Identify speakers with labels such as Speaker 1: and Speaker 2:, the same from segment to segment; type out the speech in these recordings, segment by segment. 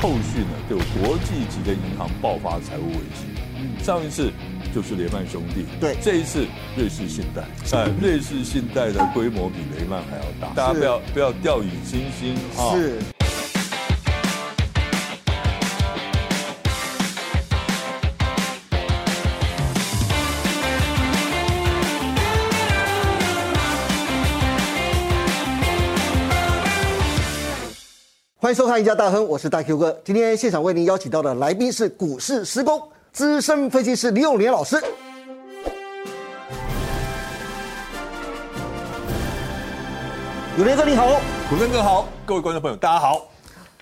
Speaker 1: 后续呢，就有国际级的银行爆发财务危机。上一次就是雷曼兄弟，
Speaker 2: 嗯对
Speaker 1: 这一次瑞士信贷，哎，瑞士信贷的规模比雷曼还要大，大家不要不要掉以轻心啊。
Speaker 2: 是欢迎收看《一家大亨》，我是大 Q 哥。今天现场为您邀请到的来宾是股市施工资深分析师李永年老师。永年哥你好，
Speaker 1: 古根哥好，各位观众朋友大家好。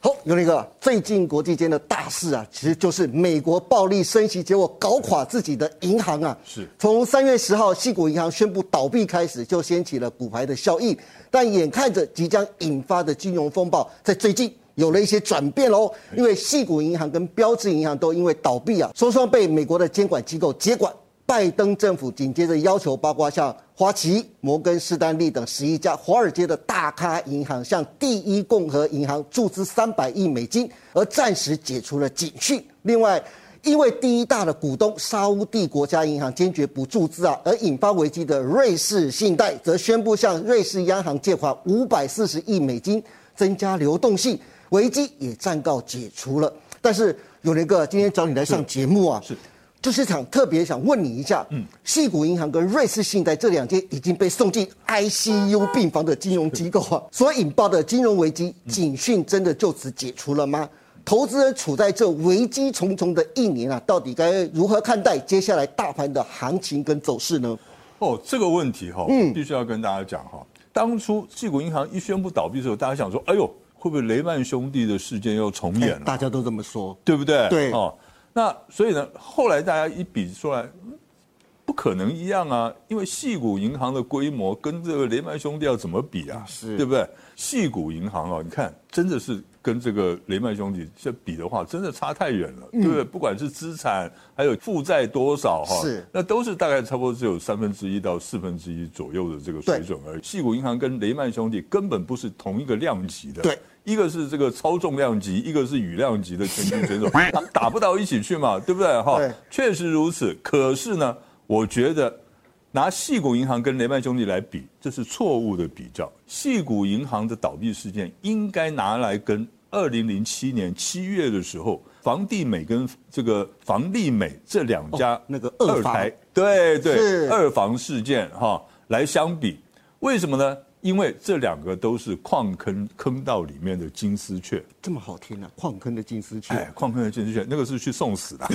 Speaker 2: 好，永年哥，最近国际间的大事啊，其实就是美国暴力升息，结果搞垮自己的银行啊。
Speaker 1: 是
Speaker 2: 从三月十号，系谷银行宣布倒闭开始，就掀起了股牌的效应。但眼看着即将引发的金融风暴，在最近有了一些转变喽。因为系谷银行跟标志银行都因为倒闭啊，双双被美国的监管机构接管。拜登政府紧接着要求，包括像花旗、摩根士丹利等十一家华尔街的大咖银行，向第一共和银行注资三百亿美金，而暂时解除了警讯。另外，因为第一大的股东沙乌地国家银行坚决不注资啊，而引发危机的瑞士信贷则宣布向瑞士央行借款五百四十亿美金，增加流动性，危机也暂告解除了。但是永年哥今天找你来上节目啊，
Speaker 1: 是
Speaker 2: 就是想特别想问你一下，嗯，系谷银行跟瑞士信贷这两间已经被送进 ICU 病房的金融机构
Speaker 1: 嗯
Speaker 2: 啊，所引爆的金融危机警讯真的就此解除了吗？投资人处在这危机重重的一年啊，到底该如何看待接下来大盘的行情跟走势呢？
Speaker 1: 哦，这个问题哈、
Speaker 2: 嗯
Speaker 1: 必须要跟大家讲哈、当初系谷银行一宣布倒闭的时候，大家想说，哎呦，会不会雷曼兄弟的事件又重演了、
Speaker 2: 大家都这么说，
Speaker 1: 对不对？
Speaker 2: 对
Speaker 1: 哦，那所以呢，后来大家一比出来，嗯不可能一样啊，因为细谷银行的规模跟这个雷曼兄弟要怎么比啊？
Speaker 2: 是
Speaker 1: 对不对？细谷银行哦，你看真的是跟这个雷曼兄弟这比的话，真的差太远了，
Speaker 2: 嗯
Speaker 1: 对不对？不管是资产还有负债多少哈、
Speaker 2: 是
Speaker 1: 那都是大概差不多只有三分之一到四分之一左右的这个
Speaker 2: 对
Speaker 1: 水准而已。细谷银行跟雷曼兄弟根本不是同一个量级的，
Speaker 2: 对。
Speaker 1: 一个是这个超重量级，一个是羽量级的拳击选手，他们打不到一起去嘛，对不对？哈
Speaker 2: 对，
Speaker 1: 确实如此。可是呢，我觉得拿细谷银行跟雷曼兄弟来比，这是错误的比较。细谷银行的倒闭事件应该拿来跟二零零七年七月的时候，房地美跟这个房利美这两家、
Speaker 2: 哦那个二
Speaker 1: 二
Speaker 2: 房
Speaker 1: 台，对对，
Speaker 2: 是
Speaker 1: 二房事件哈、来相比，为什么呢？因为这两个都是矿坑坑道里面的金丝雀，
Speaker 2: 这么好听啊，矿坑的金丝
Speaker 1: 哎
Speaker 2: 雀，，
Speaker 1: 矿坑的金丝雀，那个是去送死的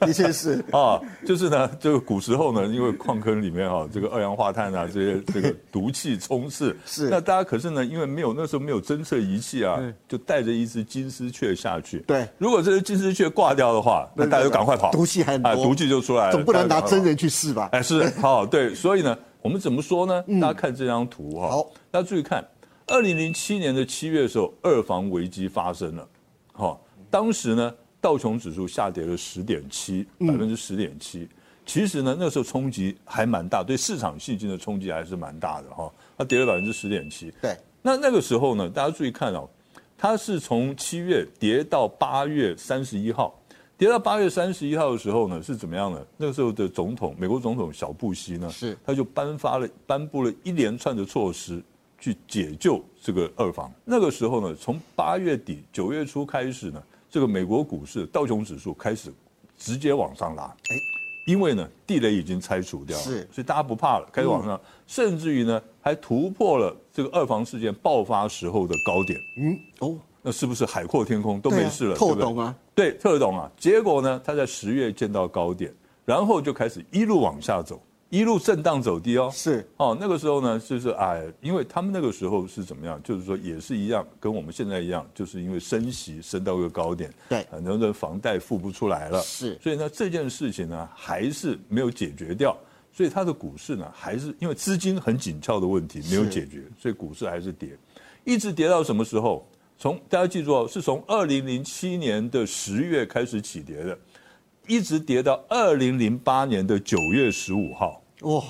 Speaker 2: 的确是。
Speaker 1: 啊，就是呢，这个古时候呢，因为矿坑里面哈、这个二氧化碳 啊，这些这个毒气充斥，
Speaker 2: 是
Speaker 1: 那大家可是呢，因为没有那时候没有侦测仪器啊，就带着一只金丝雀下去，
Speaker 2: 对
Speaker 1: 如果这只金丝雀挂掉的话，那大家就赶快跑，
Speaker 2: 毒气还很多
Speaker 1: 啊毒气就出来了，
Speaker 2: 总不能
Speaker 1: 大家就
Speaker 2: 拿
Speaker 1: 赶快跑
Speaker 2: 真人去试吧？
Speaker 1: 哎，是好对，所以呢，我们怎么说呢？大家看这张图哈、
Speaker 2: 好，
Speaker 1: 大家注意看，二零零七年的七月的时候，二房危机发生了，好、当时呢，道琼指数下跌了十点七，百分之十点七。其实呢，那时候冲击还蛮大，对市场信心的冲击还是蛮大的哈、它跌了百分之十点七。
Speaker 2: 对，
Speaker 1: 那那个时候呢，大家注意看哦，它是从七月跌到八月三十一号，跌到八月三十一号的时候呢，是怎么样呢？那个时候的总统，美国总统小布希呢，
Speaker 2: 是
Speaker 1: 他就颁发了颁布了一连串的措施去解救这个二房。那个时候呢，从八月底九月初开始呢，这个美国股市道琼指数开始直接往上拉。
Speaker 2: 哎
Speaker 1: 因为呢，地雷已经拆除掉了，
Speaker 2: 是嗯
Speaker 1: 所以大家不怕了，开始往上，甚至于呢，还突破了这个二房事件爆发时候的高点，
Speaker 2: 嗯，哦，
Speaker 1: 那是不是海阔天空都
Speaker 2: 对啊
Speaker 1: 没事了？对不
Speaker 2: 透
Speaker 1: 对
Speaker 2: 懂啊，
Speaker 1: 对，特懂啊。结果呢，他在十月见到高点，然后就开始一路往下走，一路震荡走低哦。
Speaker 2: 是
Speaker 1: 哦，那个时候呢，就是哎，因为他们那个时候是怎么样，就是说也是一样，跟我们现在一样，就是因为升息升到一个高点，
Speaker 2: 对
Speaker 1: 很多人房贷付不出来了，
Speaker 2: 是
Speaker 1: 所以呢这件事情呢还是没有解决掉，所以它的股市呢还是因为资金很紧俏的问题没有
Speaker 2: 是
Speaker 1: 解决，所以股市还是跌，一直跌到什么时候？从大家记住哦，是从二零零七年的十月开始起跌的，一直跌到二零零八年的九月十五号。
Speaker 2: 哇，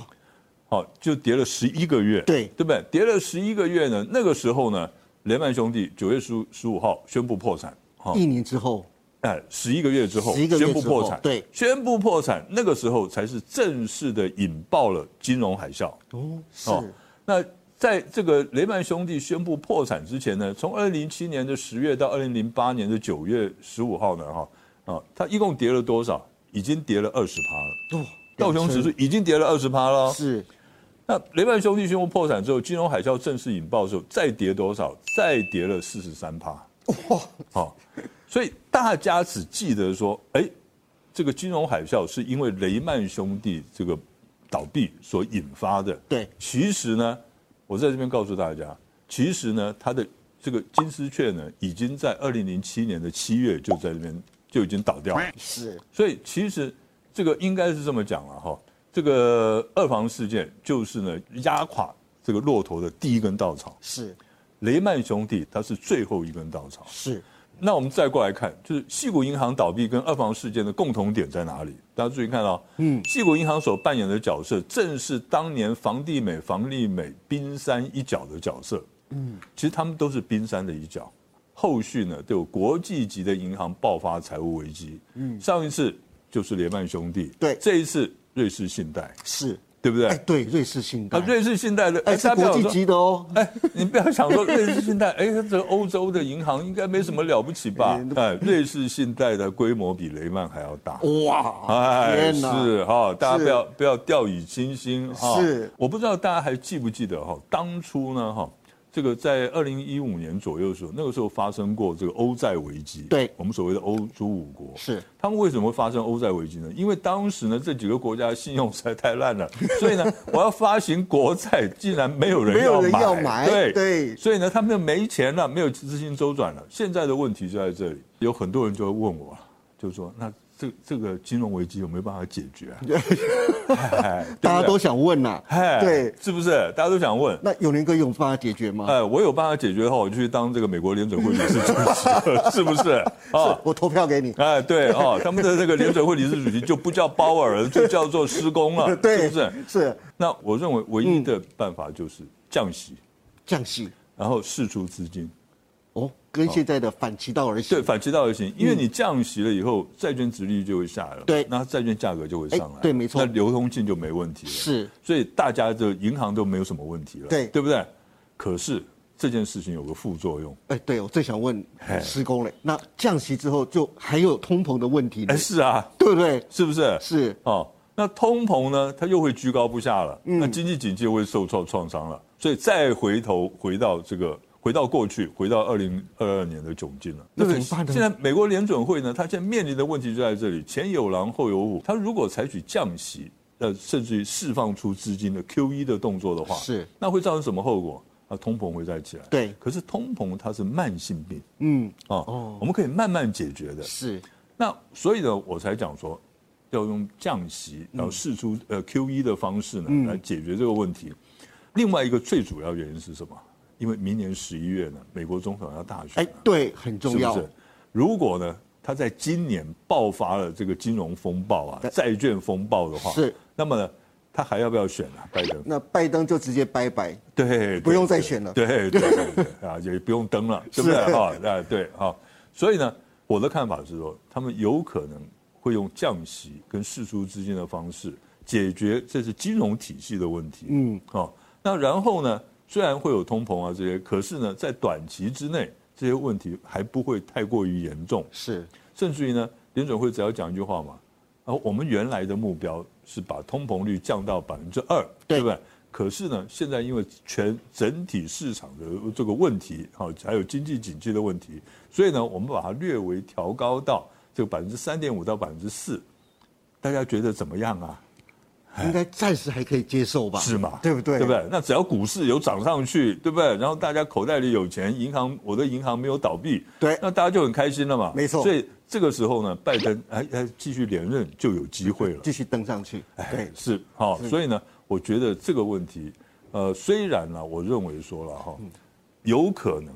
Speaker 1: 好，就跌了十一个月，
Speaker 2: 对
Speaker 1: 对不对？跌了十一个月呢，那个时候呢，雷曼兄弟九月十十五号宣布破产，哈、
Speaker 2: 一年之后，
Speaker 1: 哎，十一个月之后
Speaker 2: 11个月
Speaker 1: 宣布破
Speaker 2: 之
Speaker 1: 产
Speaker 2: 后，对
Speaker 1: 宣布破产，那个时候才是正式的引爆了金融海啸。
Speaker 2: 哦，是
Speaker 1: 哦，那在这个雷曼兄弟宣布破产之前呢，从二零零七年的十月到二零零八年的九月十五号呢，哈啊，它一共跌了多少？已经跌了二十趴了。
Speaker 2: 哦，
Speaker 1: 道琼指数已经跌了二十趴了哦。
Speaker 2: 是
Speaker 1: 那雷曼兄弟宣布破产之后，金融海啸正式引爆之后，再跌多少？再跌了四十三趴。
Speaker 2: 哇，
Speaker 1: 好、所以大家只记得说，哎，这个金融海啸是因为雷曼兄弟这个倒闭所引发的。
Speaker 2: 对
Speaker 1: 其实呢，我在这边告诉大家，其实呢，它的这个金丝雀呢，已经在二零零七年的七月就在这边就已经倒掉了。
Speaker 2: 是
Speaker 1: 所以其实这个应该是这么讲了哈，这个二房事件就是呢压垮这个骆驼的第一根稻草，
Speaker 2: 是
Speaker 1: 雷曼兄弟它是最后一根稻草。
Speaker 2: 是
Speaker 1: 那我们再过来看，就是细谷银行倒闭跟二房事件的共同点在哪里？大家注意看哦，嗯，细谷银行所扮演的角色，正是当年房地美、房利美冰山一角的角色。嗯，其实他们都是冰山的一角。后续呢，都有国际级的银行爆发财务危机。嗯，上一次就是雷曼兄弟，
Speaker 2: 对
Speaker 1: 这一次瑞士信贷，
Speaker 2: 是，
Speaker 1: 对不对？
Speaker 2: 哎，对，瑞士信贷
Speaker 1: 啊，，瑞士信贷的，
Speaker 2: 哎，
Speaker 1: 大
Speaker 2: 是
Speaker 1: 家不要
Speaker 2: 国际
Speaker 1: 说
Speaker 2: 级的哦，
Speaker 1: 哎，你不要想说瑞士信贷， 哎，这个欧洲的银行应该没什么了不起吧？哎，瑞士信贷的规模比雷曼还要大。
Speaker 2: 哇，
Speaker 1: 哎，
Speaker 2: 哦天
Speaker 1: 是
Speaker 2: 哪，
Speaker 1: 哈，大家
Speaker 2: 是
Speaker 1: 不要不要掉以轻心哈。
Speaker 2: 是
Speaker 1: 我不知道大家还记不记得哈，当初呢哈，这个在二零一五年左右的时候，那个时候发生过这个欧债危机。
Speaker 2: 对
Speaker 1: 我们所谓的欧洲五国
Speaker 2: 是
Speaker 1: 他们为什么会发生欧债危机呢？因为当时呢，这几个国家信用实在太烂了，所以呢，我要发行国债，竟然没有人
Speaker 2: 没有人
Speaker 1: 要
Speaker 2: 要
Speaker 1: 买，
Speaker 2: 买
Speaker 1: 对
Speaker 2: 对
Speaker 1: 所以呢，他们就没钱了，没有资金周转了。现在的问题就在这里，有很多人就会问我，就说那这这个金融危机有没有办法解决 啊？哎
Speaker 2: 大家都想问呐，
Speaker 1: 哎，
Speaker 2: 对，
Speaker 1: 是不是？大家都想问。
Speaker 2: 那永年哥有办法解决吗？
Speaker 1: 哎，我有办法解决的话，我就去当这个美国联准会理事主席， 是不是？啊、
Speaker 2: 是我投票给你，
Speaker 1: 哎，对哦，他们的这个联准会理事主席就不叫鲍尔了，就叫做施工了，
Speaker 2: 对，
Speaker 1: 是不是？
Speaker 2: 是
Speaker 1: 那我认为唯一的办法就是降息，
Speaker 2: 降息
Speaker 1: 然后释出资金，
Speaker 2: 哦，跟现在的反其道而
Speaker 1: 对，
Speaker 2: 行，
Speaker 1: 反其道而行，因为你降息了以后，债券值利率就会下来了，
Speaker 2: 对
Speaker 1: 那债券价格就会上来，
Speaker 2: 哎对没错
Speaker 1: 那流通性就没问题了，
Speaker 2: 是
Speaker 1: 所以大家的银行都没有什么问题了，
Speaker 2: 对
Speaker 1: 对不对？可是这件事情有个副作用，
Speaker 2: 哎，对我最想问
Speaker 1: 嘿
Speaker 2: 施工嘞，那降息之后就还有通膨的问题呢
Speaker 1: 哎，，是啊，
Speaker 2: 对不对？
Speaker 1: 是不是？
Speaker 2: 是
Speaker 1: 哦，那通膨呢，它又会居高不下了，
Speaker 2: 嗯
Speaker 1: 那经济景气会受创创伤了，所以再回头回到这个。回到过去，回到二零二二年的窘境了，
Speaker 2: 那
Speaker 1: 对不对
Speaker 2: 怎么办呢
Speaker 1: 现在美国联准会呢，它现在面临的问题就在这里：前有狼后有虎。它如果采取降息，呃，甚至于释放出资金的 Q E 的动作的话，
Speaker 2: 是
Speaker 1: 那会造成什么后果？啊，通膨会再起来。
Speaker 2: 对
Speaker 1: 可是通膨它是慢性病
Speaker 2: 嗯，
Speaker 1: 啊、我们可以慢慢解决的。
Speaker 2: 是
Speaker 1: 那所以呢，我才讲说要用降息，然
Speaker 2: 嗯
Speaker 1: 后试出呃 Q E 的方式呢来解决这个问题。另外一个最主要原因是什么？因为明年十一月呢，美国总统要大选
Speaker 2: 哎
Speaker 1: 了，，
Speaker 2: 对，很
Speaker 1: 是
Speaker 2: 重要
Speaker 1: 不，是？如果呢，他在今年爆发了这个金融风暴啊、债券风暴的话，
Speaker 2: 是，
Speaker 1: 那么呢，他还要不要选啊？拜登？
Speaker 2: 那拜登就直接拜拜，
Speaker 1: 对对，
Speaker 2: 不用再选了
Speaker 1: 对对对 对对啊，也不用登了，对不对？
Speaker 2: 是
Speaker 1: 哈，啊，对哈，所以呢，我的看法是说，他们有可能会用降息跟释出资金的方式解决这是金融体系的问题。嗯，好，那然后呢，虽然会有通膨啊这些，可是呢，在短期之内，这些问题还不会太过于严重。
Speaker 2: 是
Speaker 1: 甚至于呢，联准会只要讲一句话嘛，啊，我们原来的目标是把通膨率降到百分之二，
Speaker 2: 对
Speaker 1: 不对？可是呢，现在因为全整体市场的这个问题，哈，还有经济景气的问题，所以呢，我们把它略微调高到这个百分之三点五到百分之四，大家觉得怎么样啊？
Speaker 2: 应该暂时还可以接受吧？
Speaker 1: 是嘛？
Speaker 2: 对不对？
Speaker 1: 对不？对？那只要股市有涨上去，对不对？然后大家口袋里有钱，银行我的银行没有倒闭，
Speaker 2: 对
Speaker 1: 那大家就很开心了嘛。
Speaker 2: 没错
Speaker 1: 所以这个时候呢，拜登哎哎继续连任就有机会了。
Speaker 2: 继续登上去，
Speaker 1: 哎
Speaker 2: 对，
Speaker 1: 是好、所以呢，我觉得这个问题，呃，虽然呢，我认为说了哈、
Speaker 2: 嗯
Speaker 1: 有可能，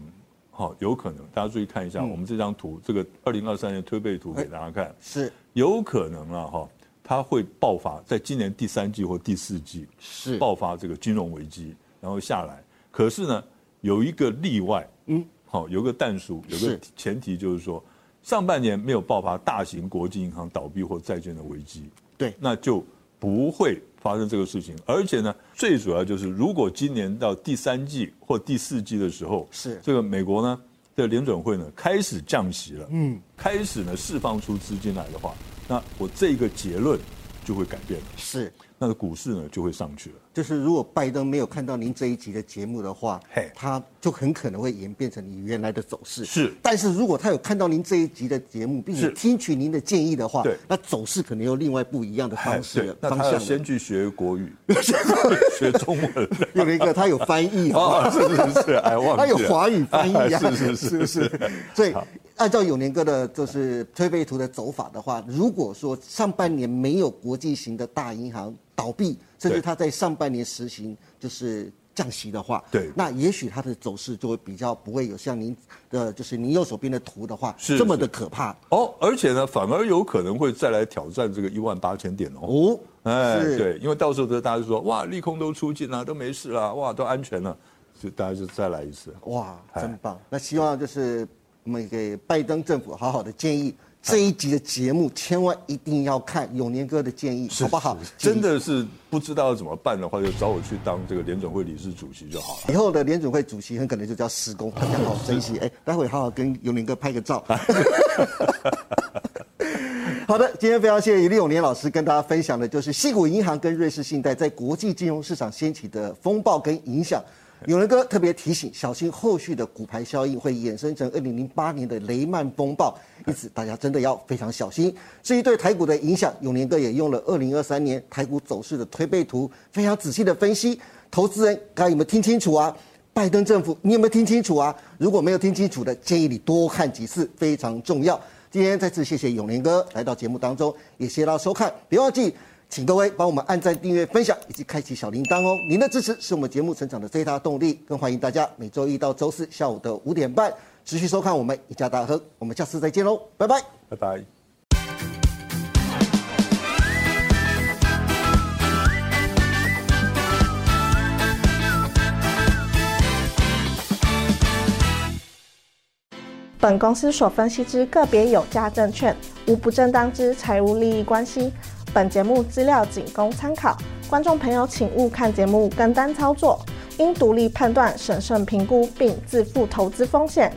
Speaker 1: 哈、有可能，大家注意看一
Speaker 2: 嗯
Speaker 1: 下、我们这张图，这个二零二三年推背图
Speaker 2: 哎
Speaker 1: 给大家看，
Speaker 2: 是
Speaker 1: 有可能了哈、它会爆发在今年第三季或第四季。
Speaker 2: 是
Speaker 1: 爆发这个金融危机，然后下来。可是呢，有一个例外，嗯，好，有个但书，有个
Speaker 2: 是
Speaker 1: 前提就是说，上半年没有爆发大型国际银行倒闭或债券的危机，
Speaker 2: 对
Speaker 1: 那就不会发生这个事情。而且呢，最主要就是，如果今年到第三季或第四季的时候，
Speaker 2: 是
Speaker 1: 这个美国呢的联准会呢开始降息了，嗯，开始呢释放出资金来的话，那我这个结论就会改变了，
Speaker 2: 是，
Speaker 1: 那个股市呢就会上去了。
Speaker 2: 就是如果拜登没有看到您这一集的节目的话
Speaker 1: 嘿，
Speaker 2: 他就很可能会演变成你原来的走势。
Speaker 1: 是
Speaker 2: 但是如果他有看到您这一集的节目，并且
Speaker 1: 是
Speaker 2: 听取您的建议的话
Speaker 1: 对，
Speaker 2: 那走势可能有另外不一样的
Speaker 1: 哎
Speaker 2: 方式了
Speaker 1: 对那
Speaker 2: 方
Speaker 1: 他要
Speaker 2: 向
Speaker 1: 先
Speaker 2: 了。
Speaker 1: 去学国 语，学中文。
Speaker 2: 有了一个，他有翻译 哦。
Speaker 1: 哦，是 是是，哎，忘
Speaker 2: 他
Speaker 1: 记
Speaker 2: 有
Speaker 1: 了。
Speaker 2: 华语翻译啊，
Speaker 1: 哎 是是
Speaker 2: 是不
Speaker 1: 是
Speaker 2: 是？所以按照永年哥的就是推背图的走法的话，如果说上半年没有国际型的大银行倒闭，甚至
Speaker 1: 对
Speaker 2: 它在上半年实行就是。降息的话，
Speaker 1: 对
Speaker 2: 那也许它的走势就会比较不会有像您的，就是您右手边的图的话，
Speaker 1: 是
Speaker 2: 这么
Speaker 1: 是
Speaker 2: 的可怕
Speaker 1: 哦，而且呢，反而有可能会再来挑战这个一万八千点哦。
Speaker 2: 哦。
Speaker 1: 哎，
Speaker 2: 是，
Speaker 1: 对，因为到时候大家就说哇，利空都出尽了，都没事了，哇，都安全了，就大家就再来一次。
Speaker 2: 哇，
Speaker 1: 哎
Speaker 2: 真棒！那希望就是我们给拜登政府好好的建议，这一集的节目千万一定要看永年哥的建议，好不好？
Speaker 1: 真的是不知道怎么办的话，就找我去当这个联总会理事主席就好了。
Speaker 2: 以后的联准会主席很可能就叫施工，大家好好珍惜。哎，待会好好跟永年哥拍 个照。 好的，今天非常谢谢李永年老师跟大家分享的，就是西谷银行跟瑞士信贷在国际金融市场掀起的风暴跟影响。永年哥特别提醒，小心后续的股牌效应会衍生成二零零八年的雷曼风暴，因此大家真的要非常小心。至于对台股的影响，永年哥也用了二零二三年台股走势的推背图，非常仔细的分析。投资人该有没有听清楚啊？拜登政府，你有没有听清楚啊？如果没有听清楚的，建议你多看几次，非常重要。今天再次谢谢永年哥来到节目当中，也谢谢大家收看，别忘记请各位帮我们按赞、订阅、分享以及开启小铃铛哦。您的支持是我们节目成长的最大动力，更欢迎大家每周一到周四下午的五点半持续收看我们一家大亨。我们下次再见喽，拜拜。
Speaker 1: 拜拜。
Speaker 3: 本公司所分析之个别有价证券，无不正当之财务利益关系。本节目资料仅供参考，观众朋友请勿看节目跟单操作，应独立判断、审慎评估并自负投资风险。